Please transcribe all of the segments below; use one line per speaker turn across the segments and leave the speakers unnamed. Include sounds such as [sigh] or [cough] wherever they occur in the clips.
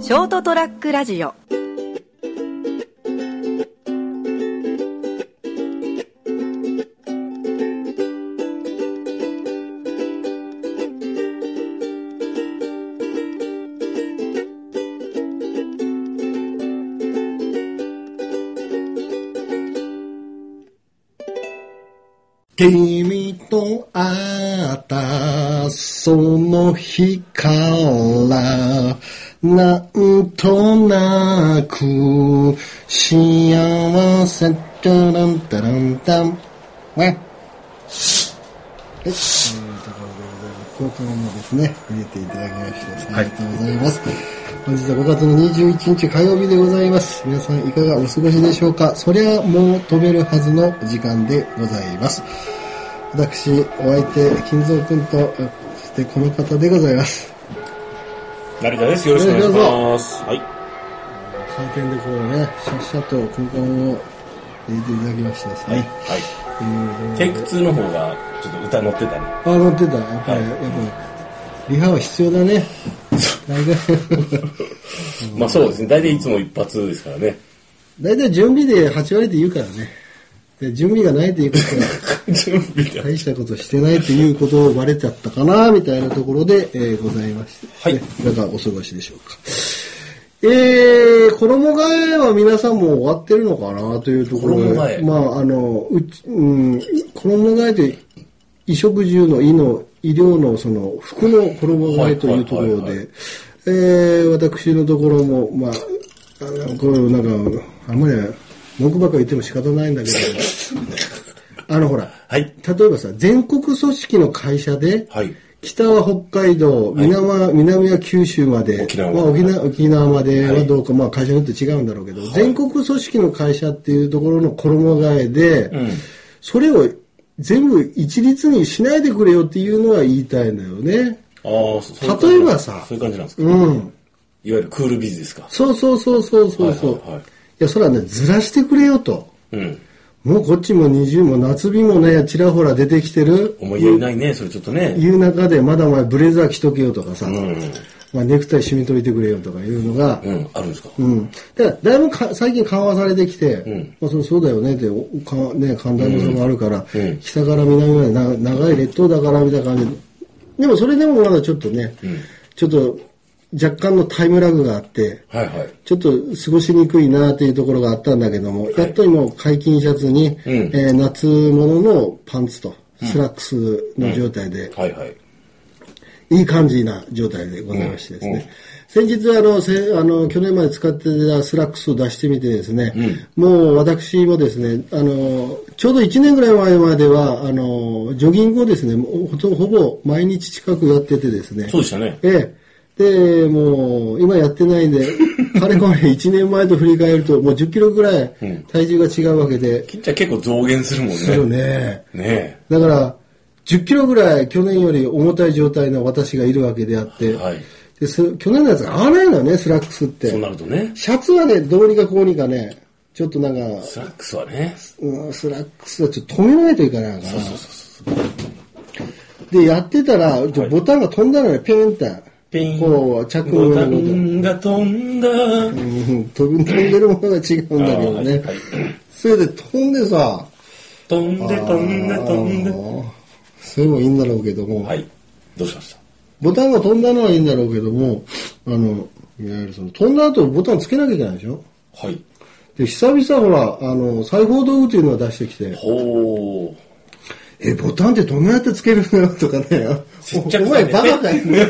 ショートトラックラジオ
君と会ったその日からなんとなく幸せだなんだなんだんねはい、というところでございます。交換もですね、入れていただきまして、ありがとうございます。本日は5月の21日火曜日でございます。皆さんいかがお過ごしでしょうかそりゃもう飛べるはずの時間でございます。私、お相手、金蔵君と、そしてこの方でございます。
成田です。よろしくお願いします。はい。
回転でこうね、シャッシャと交換を入れていただきましてですね。
は
えー
い。テイク2の方が、ちょっと歌乗ってたね。
あ、乗ってた。やっぱり、やっぱ、リハは必要だね。大体、 [laughs]
まあそうですね。大体いつも一発ですからね。 [laughs]
大体準備で8割で言うからね。で準備がないということは、
準備で。
大したことしてないということをバレちゃったかな、みたいなところで、えーございまして。
はい
ねいかがお過ごしでしょうか。えー、衣替えは皆さんも終わってるのかなというところで、
衣替え
まあ、あの、うち、うん、衣替えという、衣食住の衣の、衣料のその、服の衣替えというところ
はいはいはいは
で、えー、私のところも、まあ、あのこれなんか、あんまり文句ばっかり言っても仕方ないんだけど、あのほら、
はい。
例えばさ全国組織の会社で、
はい。
北は北海道南は、南は九州まで
沖縄
まあ、
まで
沖縄沖縄まで
は
はいどうか、まあ、会社によって違うんだろうけど、全国組織の会社っていうところの衣替えで、
ん
それを全部一律にしないでくれよっていうのは言いたいんだよね。
ああ、そういう感じ
例えばさ
そういう感じなんですか。
うん、
いわゆるクールビズですか。
そうそうそうそうそうそう、
はい
い
はいはい
やそれはねずらしてくれよと
うん。
もうこっちも20も夏日もねちらほら出てきてる
思いやりないね、それちょっとね。
いう中でまだお前ブレザー着とけよとかさ、
うん。
まあ、ネクタイ締めといてくれよとかいうのが、
うん。あるんですか。
うん、だからだいぶか最近緩和されてきて、
ん
まあ、それそうだよねっておか、ね、寛大な差があるから、
うんうん
北から南までな長い列島だからみたいな感じででもそれでもまだちょっとね、ちょっと若干のタイムラグがあって
はいはい。
ちょっと過ごしにくいなっていうところがあったんだけども、やっと今解禁シャツに、
うん
えー夏物のパンツとスラックスの状態で
はいはい。
いい感じな状態でございましてですね。先日あのせ、あの、去年まで使ってたスラックスを出してみてですね、もう私もですね、あの、ちょうど1年ぐらい前までは、あの、ジョギングをですね、もうほとほぼ毎日近くやっててですね、
そうでしたね。
ええ。で、もう、今やってないん
[laughs]
で、かれこれ1年前と振り返ると、もう10キロぐらい体重が違うわけで、
きっちゃん結構増減するもんね。
するね。
ね
だから、10キロぐらい去年より重たい状態の私がいるわけであって、
はい
です去年のやつが合わないのよね、スラックスっ
え。
て
そう。なるとね。
シャツはね、どうにかこうにかね、ちょっとなんか、
スラックスはね。
うんスラックスはちょっと止めないといかないから。で、やってたら、ちょボタンが飛んだのよ、ピューンって。
ピン。
こう、着
ボ
の
タ
ように
ンが飛んだ。
うん飛んでるものが違うんだけどね。
あーはい
それで飛んでさ、
飛んで飛んで飛ん
あ
で。
ーそれもいいんだろうけども、
はい。どうしました
ボタンが飛んだのはいいんだろうけども、あの、いわゆるその飛んだ後ボタンつけなきゃいけないでしょ
はい。
で、久々ほら、あの、裁縫道具というのを出してきて、
ほう。
え、ボタンってどうやってつけるのよとかね、
接着剤
お
ね
前バカかよね。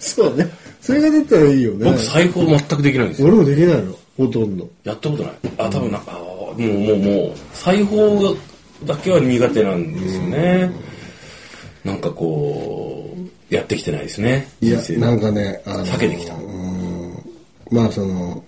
そうね。それが出たらいいよね
僕。裁縫全くできないんですよ。
俺もできないの、ほとんど。
やったことない。あ、多分なんか、あーもうもうもう、裁縫だけは苦手なんですよね。なんかこう、やってきてないですね。
いや
人生、で
なんかね、あの、
避けてきた。
まあその、こ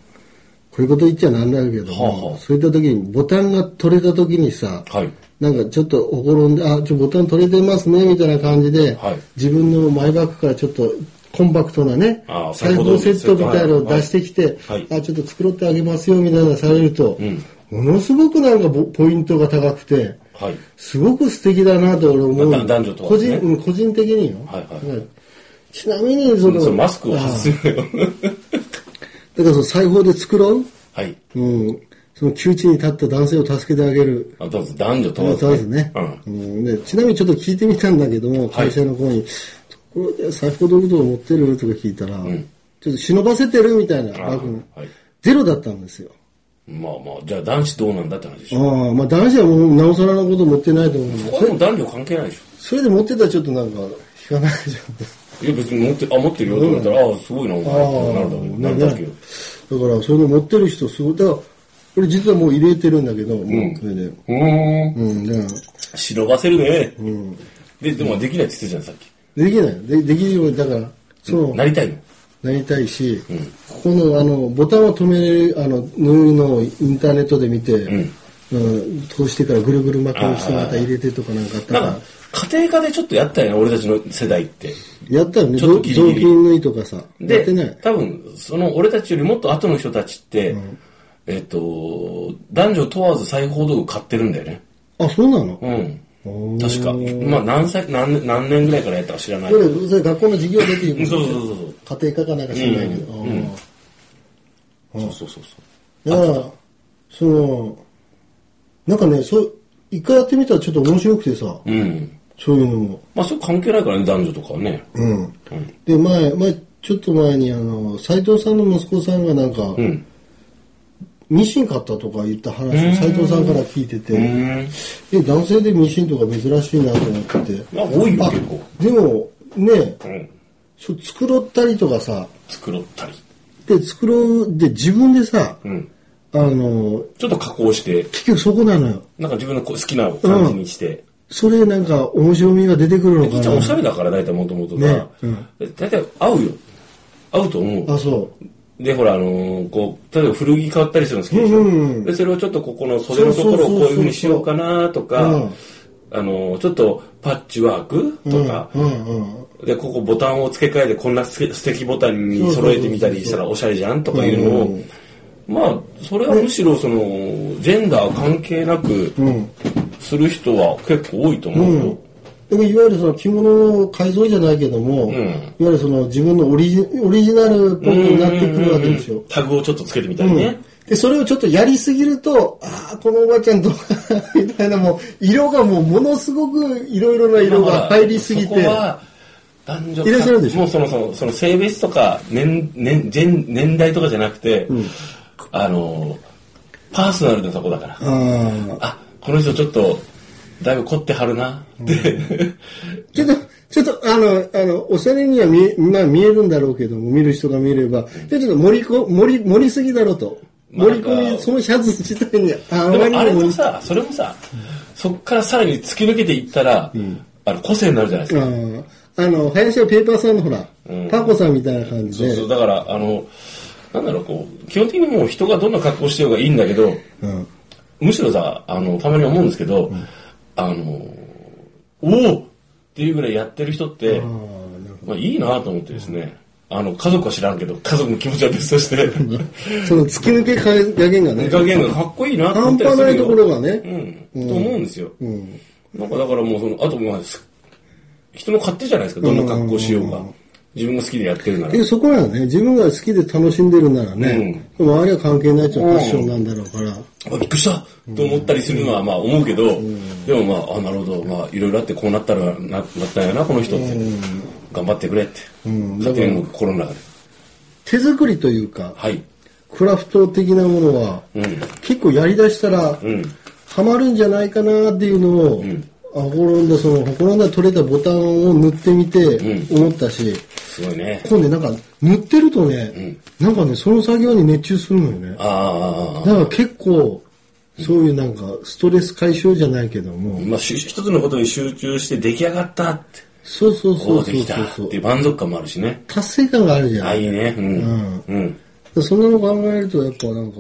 ういうこと言っちゃなんないけども、
はあはあ
そういった時にボタンが取れた時にさ、
はい。
なんかちょっとほころんで、あ、ちょ、ボタン取れてますね、みたいな感じで、
はい
自分のマイバッグからちょっとコンパクトなね
あ、
裁縫セットみたいなのを出してきて、
はい
あ、ちょっと繕ってあげますよ、みたいなのされると、
ん
ものすごくなんかボポイントが高くて、
はい。
すごく素敵だなと俺思う。
まあだ男女とは
個
ね
人、うん個人的によ。
はいはい
うんちなみに、その、
そうマスクを外すのよ。
だからその裁縫で作ろう。
[laughs] はい。
うん。その窮地に立った男性を助けてあげる。
あと男女問わず、
そうですね、
うん。
うんで。ちなみにちょっと聞いてみたんだけども、会社の子に、ところで裁縫道具とか持ってるとか聞いたら、ちょっと忍ばせてるみたいな、
あ
バッグの
はい。
ゼロだったんですよ。
まあまあ、じゃあ男子どうなんだって話でしょ。
ああ、まあ男子はもうなおさらのこと持ってないと思うんで、
これも男女関係ないでし
それで持ってたらちょっとなんか、引かないじゃん。
[laughs] ょ。いや別に持って、あ、持ってるよって言ったら、ああ、すごいな、お
あ
前って
あ
なるだけど。なるだけど。
だから、それ持ってる人、すごい。だから、俺実はもう入れてるんだけど、もうそれで。
うーん。
うん、だから、
忍ばせるね。で、でもできないって言ってたじゃん、さっき。
できないよ。でできるように、だから、その、
なりたいの。
なりたいし、ここのあのボタンを止めれるあの縫うのをインターネットで見て、うん通してからぐるぐる巻きにしてまた入れてとかなんかあった
な
ら
んか、家庭科でちょっとやったよね、俺たちの世代って。
やったよね
ちょっ
ぞ
と
雑
ギリギリ
巾縫いとかさや
で
ってない、
多分、その俺たちよりもっと後の人たちって、えっ、と、男女問わず裁縫道具買ってるんだよね。
あそうなの、
うん。確か。まあ何歳、何年、何年ぐらいからやったか知らない
そ
けど。
れそれ学校の授業出てい
うん
く
そうそうそうそう。
家庭科かなんか知らないけど、あ
そうそうそうそう。
ーだからそのなんかねそう一回やってみたらちょっと面白くてさ、
うん。
そういうのも
まあ、それ関係ないからね、男女とかはね。
うんで前前ちょっと前にあの斉藤さんの息子さんがなんか、
うん。
ミシン買ったとか言った話を斉藤さんから聞いてて、
うん。
え、男性でミシンとか珍しいなと思ってて。
まあ、多いよ、結構。
でも、ね、
うん。
そう作ろったりとかさ、
作ろったり。
で、作ろう、で、自分でさ、
うん。
あの、
ちょっと加工して、
結局そこなのよ。
なんか自分のこう好きな感じにして。
それなんか面白みが出てくるの
めっち
か
ゃお
な
し。ゃれだから、大体もともとが。
ね
大体合うよ。合うと思う。
あ、そ
で、ほら、あのーこう、例えば古着買ったりするの好きでしょ、
うんうんうん
で、それをちょっとここの袖のところをこういうふうにしようかなとか、
そうそうそう
あのーちょっとパッチワークとか、
う。うんうん。
で、ここボタンを付け替えて、こんなす素敵ボタンに揃えてみたりしたらおしゃれじゃんとかいうのを、
うんうん
まあ、それはむしろその、ジェンダー関係なく
うん。
する人は結構多いと思うよ。
でもいわゆるその着物の改造じゃないけども、
ん
いわゆるその自分のオリジオリジナルっぽくなってくるわけでしょ。
タグをちょっとつけてみたりね。
で、それをちょっとやりすぎると、ああ、このおばちゃんどうかな、みたいな、もう、色がもう、ものすごくいろいろな色が入りすぎ
そこ
て、
は男女
いらっしゃるでしょ
もうそのそのその性別とか年年ジェン年代とかじゃなくて、あのパーソナルなとこだから、
ああ、
あこの人ちょっとだいぶ凝ってはるなって、
[laughs] ちょっと、ちょっと、あの、あの、おしゃれには見え、まあ見えるんだろうけども、見る人が見れば、でちょっと盛りこ、盛り、盛りすぎだろうと。
まあ
盛り込み、そのシャツ自体に、ああま
で
り
も
に
あれ
盛
も
りす
さそれもさそっからさらに突き抜けていったら、あの個性になるじゃないです
ぎ
か、
あああの、林家ペーパーさんのほら、パコさんみたいな感じ
そう
で、
そうだからあのなんだろうこう基本的にもう人がどんな格好してようがいいんだけど
うん
むしろさあのたまに思うんですけど、あのおおっていうぐらいやってる人って、まあ、いいなと思ってですね、あの家族は知らんけど家族の気持ちは別として [laughs]
その突き抜け加減がね、
加減がかっこいいなと思
半
ったり
端
す
な
る
い
よ
ところがね、
うん、と思うんですよ、なんかだからもうそのあとまあす人の勝手じゃないですかどんな格好しようが、自分が好きでやってるなら
でそこなのね自分が好きで楽しんでるならね、周りは関係ないっちゃファッションなんだろうから、
あびっくりしたと思ったりするのはまあ思うけど、でもまああなるほどまあいろいろあってこうなったらななったんやなこの人って、頑張ってくれって、家庭の心の中で
手作りというか
はい
クラフト的なものは、
うん
結構やりだしたら、
うん
ハマるんじゃないかなっていうのを、あほころんだそのほころんだ取れたボタンを塗ってみて思ったし、
すごいね
今度ねなんか塗ってるとね、なんかねその作業に熱中するのよね
ああああ
だから結構そういうなんかストレス解消じゃないけども、
まあし一つのことに集中して出来上がったって
そうそう
こ
そうう
で
そう
きた
そう
っ
そう
ていう満足感もあるしね
達成感があるじゃ
ああ
ん。
いいねうんうん、
そんなの考えると、やっぱなんか、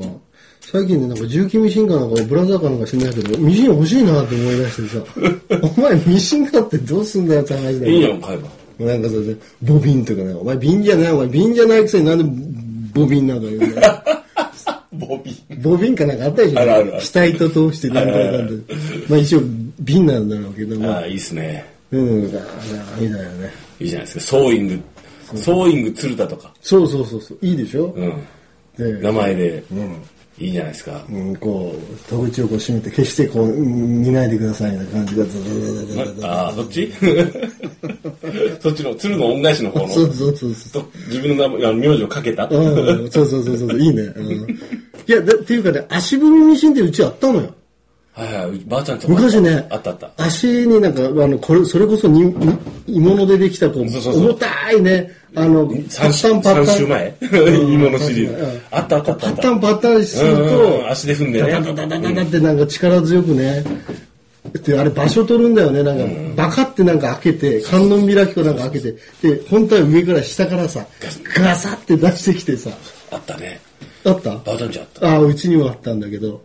最近ね、なんか重機ミシンかなんか、ブラザーかなんか知んないけど、ミシン欲しいなって思い出して
[laughs]
さ、お前ミシン買ってどうすんだよって話だ
いい
よ。
じゃん買えば
なんかさ、ボビンとかね、お前瓶じゃない、お前瓶じゃないくせになんでボビンなんか言うんだよ。
ボビー
ボビンかなんかあったでしょ
あるあるある
死体と通してなんかなんで。まあ一応瓶なんだろうけども、
ああいいっすね
うん、なんか、あーみたいなね。
いいじゃないですかソーイングソーイング鶴田とか、
そうそうそうそういいでしょ、
うん、
で
名前で
うん
いいじゃないですか。
うん、こう戸口をこう閉めて決してこううん見ないでくださいみたいな感じがず
ま
ーっと
ああ、そっち [laughs] そっちの鶴の恩返しの方の。
そうそうそうそう
と自分の名前あの名字をかけた、
うん、そうそうそうそうそういいね、うん、いやだっていうかね足踏みミシンってうちあったのよ
はいはい、ばあちゃんとこ
昔ね
あったあった。
足になんかあのこれそれこそにに鋳物でできたこう
そうそうそう
重たいねあのパ
三
ッ
週
タンパッ
三
タン
週前 [laughs] 芋のシリー
うん
ズ。あったあったあった
パ
あ
ッ
った。
タンパッタンする
うんうんうん
と
足で踏んでね
ダダダダダダってなんか力強くねってあれ場所取るんだよねなんかバカってなんか開けて観音開きをなんか開けてで本体は上から下からさガサって出してきてさ
あったね。
あった
ばあちゃんちあった。
ああうちにはあったんだけど、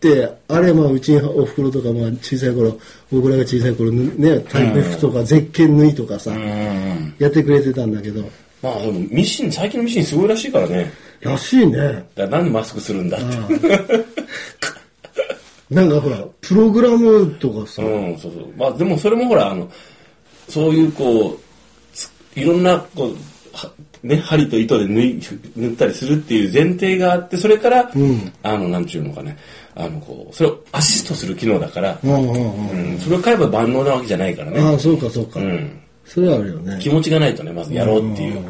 であれまあうちにおふくろとかまあ小さい頃僕らが小さい頃ねタイプ服とかゼッケン縫いとかさ、
うん。
やってくれてたんだけど
まあでもミシン、最近のミシンすごいらしいからね。
らしいね
だからなんでマスクするんだって。
なんかほらプログラムとかさ、
うん、そうそう。まあでもそれもほら、あの、そういうこうつ、いろんな、こう、はね、針と糸で縫い、縫ったりするっていう前提があって、それから、あの、なんちゅうのかね、あの、こう、それをアシストする機能だから、
うんうんうん
うん、それを買えば万能なわけじゃないからね。
ああそうかそうか、
うん。
それはあるよね
気持ちがないとね、まずやろうっていう。うん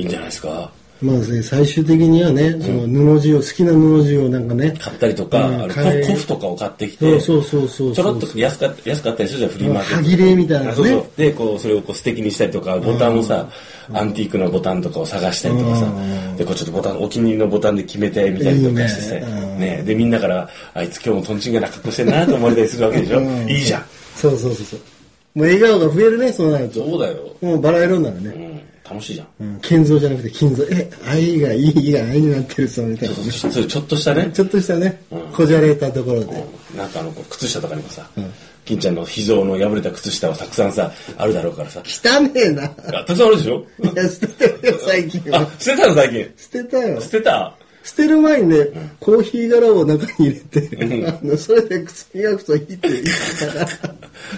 いいんじゃないですか。
まあね最終的にはねその布地を好きな布地をなんかね
買ったりとか、
うん
あのコ
買え
コフとかを買ってき
そう
て、
そうそうそう
ちょろっと安かった安かったりするじゃん、フリーマーケット
歯
で。
切れみたいな
あ
の
そう
ね
そうでこうそれをこう素敵にしたりとかボタンをさ、アンティークなボタンとかを探したりとかさ、でこうちょっとボタンお気に入りのボタンで決めてみたりとかしてさ
いい
ね
ねうん
でみんなからあいつ今日もとんちんがな格好してんなと思われたりするわけでしょ、
うん
いいじゃん
そうそうそうそうもう笑顔が増えるねそうなると
そうだよ、
もうバラ色になる
う
ね、
ん、楽しいじゃん
うん、建造じゃなくて金造え愛がいいが愛になってるぞみたいな
そうそうそうちょっとしたね
ちょっとしたね、こじゃれたところで、
なんかあのこう靴下とかにもさ、金ちゃんの秘蔵の破れた靴下はたくさんさあるだろうからさ
汚ねえない
あたくさんあるでしょ
や捨てたよ最近
あ
は
捨てたの最近
捨てたよ
捨てた
捨てる前にね、コーヒー柄を中に入れて、あのそれで靴磨くといいって言ってたから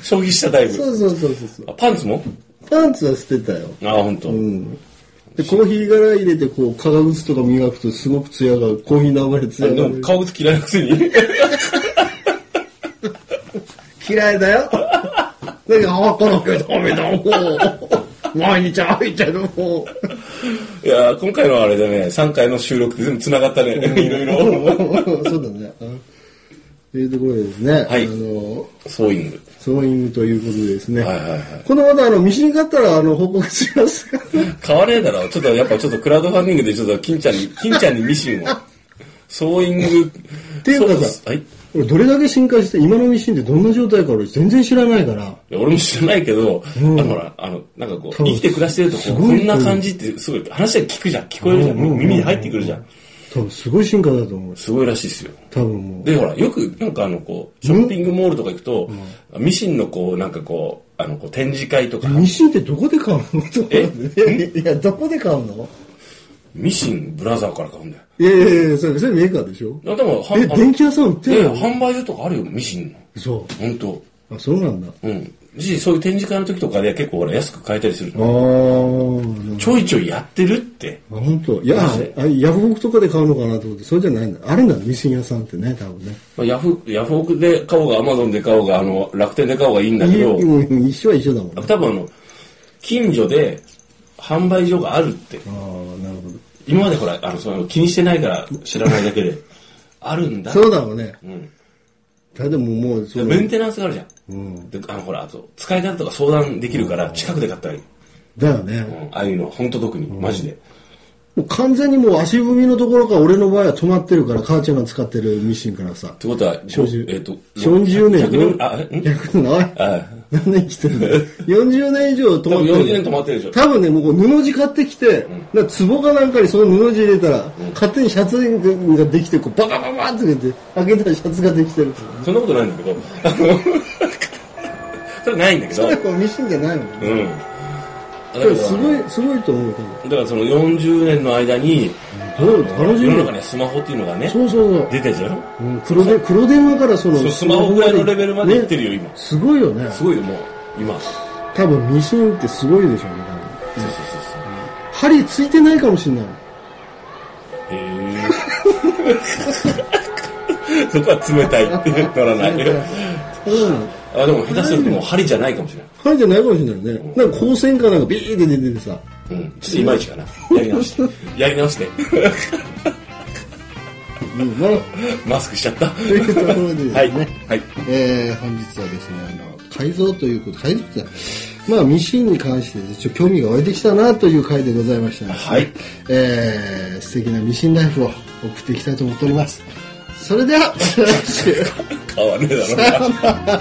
消費したタイ
そ
プ
うそうそうそうそう
あパンツも
パンツは捨てたよ
あ本当。
でコーヒー柄入れてこう革靴とか磨くとすごく艶がコーヒーの油で
あ
艶
で
が
も顔靴嫌いなく [laughs] せに
嫌いだ
[laughs]
よだけどあこの人ダメだもう毎日歩いて
[laughs]
るもう
いやー今回のあれでね3回の収録で全部繋がったねいろいろ
そうだね。うんというところでですね、
はい
あの、
ソーイング
ソーイングということでですね、
はいはいはい
このままあの、ミシン買ったら、あの、報告しますから
買わねえだろちょっとやっぱちょっとクラウドファンディングでちょっと金ちゃん [laughs] に金ちゃんにミシンをソーイングって
いうかさ
はいい
俺、どれだけ進化して、今のミシンってどんな状態か俺全然知らないから、
や俺も知らないけど、あのほらあのなんかこう
分
生きて暮らしてるとこうこ
ごい
んな感じってすごい話が聞くじゃん聞こえるじゃん、耳に入ってくるじゃん、
多分すごい進化だと思う。
すごいらしいですよ
多分もう。
でほらよくなんかあのこうショッピングモールとか行くと、ミシンのこうなんかこうあのこう展示会とか
ミシンってどこで買うの
え
いやいやいや、どこで買うの
ミシンブラザーから買うんだよ
いやいやいや、それ、それメーカーでしょ
いやでもは
え、
あの
電気屋さん売って
で
るの
販売所とかあるよミシンの
そ
本当
う。あ、そうなんだ。あ
うんしそういう展示会の時とかで結構ほら安く買えたりする
あー、
ちょいちょいやってるって
あ本当いや
マジで
あヤフオクとかで買うのかなと思ってそうじゃないんだあれなのミシン屋さんってね多分ね
まあヤフヤフオクで買おうがアマゾンで買おうがあの楽天で買おうがいいんだけど
いい一緒は一緒だもんね
多分あの近所で販売所があるって
ああなるほど
今までほらあのその気にしてないから知らないだけで [laughs] あるんだ
そうだろうね
うん
ただでももうそ
で
の
メンテナンスがあるじゃん
うん
であのほらあと使い方とか相談できるから近くで買ったらいい
だよね
うんああいうの本当特にマジで、
もう完全にもう足踏みのところから俺の場合は止まってるから母ちゃんが使ってるミシンからさ
ってことは、
正直
えっ、と、
40年
100年、あ、
[laughs]
ん
逆のおい
あ
何年生きてんだよ40年以上止
多
まって
分40
る
年止まってるでしょ。
多分ね、もうこう布地買ってきて、なんか壺かなんかにその布地入れたら、勝手にシャツができて、こうバカバカバカって出て、開けたらシャツができてる。
そんなことないんだけど、 [laughs] あのそれないんだけど、
そうれ
ん。
こうミシンじゃないもんね。
だ
それす
す
ご
ごい。
い、すごいと思うけ
だからその40年の間に、
ど。どう楽し
世
みだ
の中にはスマホっていうのがね、
そうそうそう。
出てるじゃん。
うん黒で黒電話からその
そうスマホぐらいのレベルまでいってるよ、
ね
今。
すごいよね。
すごいよ、もう、今。
多分ミシンってすごいでしょうね。多分
そうそう
針ついてないかもしれない。
へえそこは冷たいってならない
うん。
あでも下手するともう針じゃないかもしれない
針じゃないかもしれないよね。なんか光線かなんかビーって出ててさ。
うん、ちょっといまいちかなやり直してやり直して
うん、なるほど
マスクしちゃった
というところでですね。
はいはい
えー本日はですね、あの、改造ということ、改造って、まあ、ミシンに関してですね、ちょっと興味が湧いてきたなという回でございましたので、
はい
えー素敵なミシンライフを送っていきたいと思っております。それでは、 [laughs]
変わねえだろうな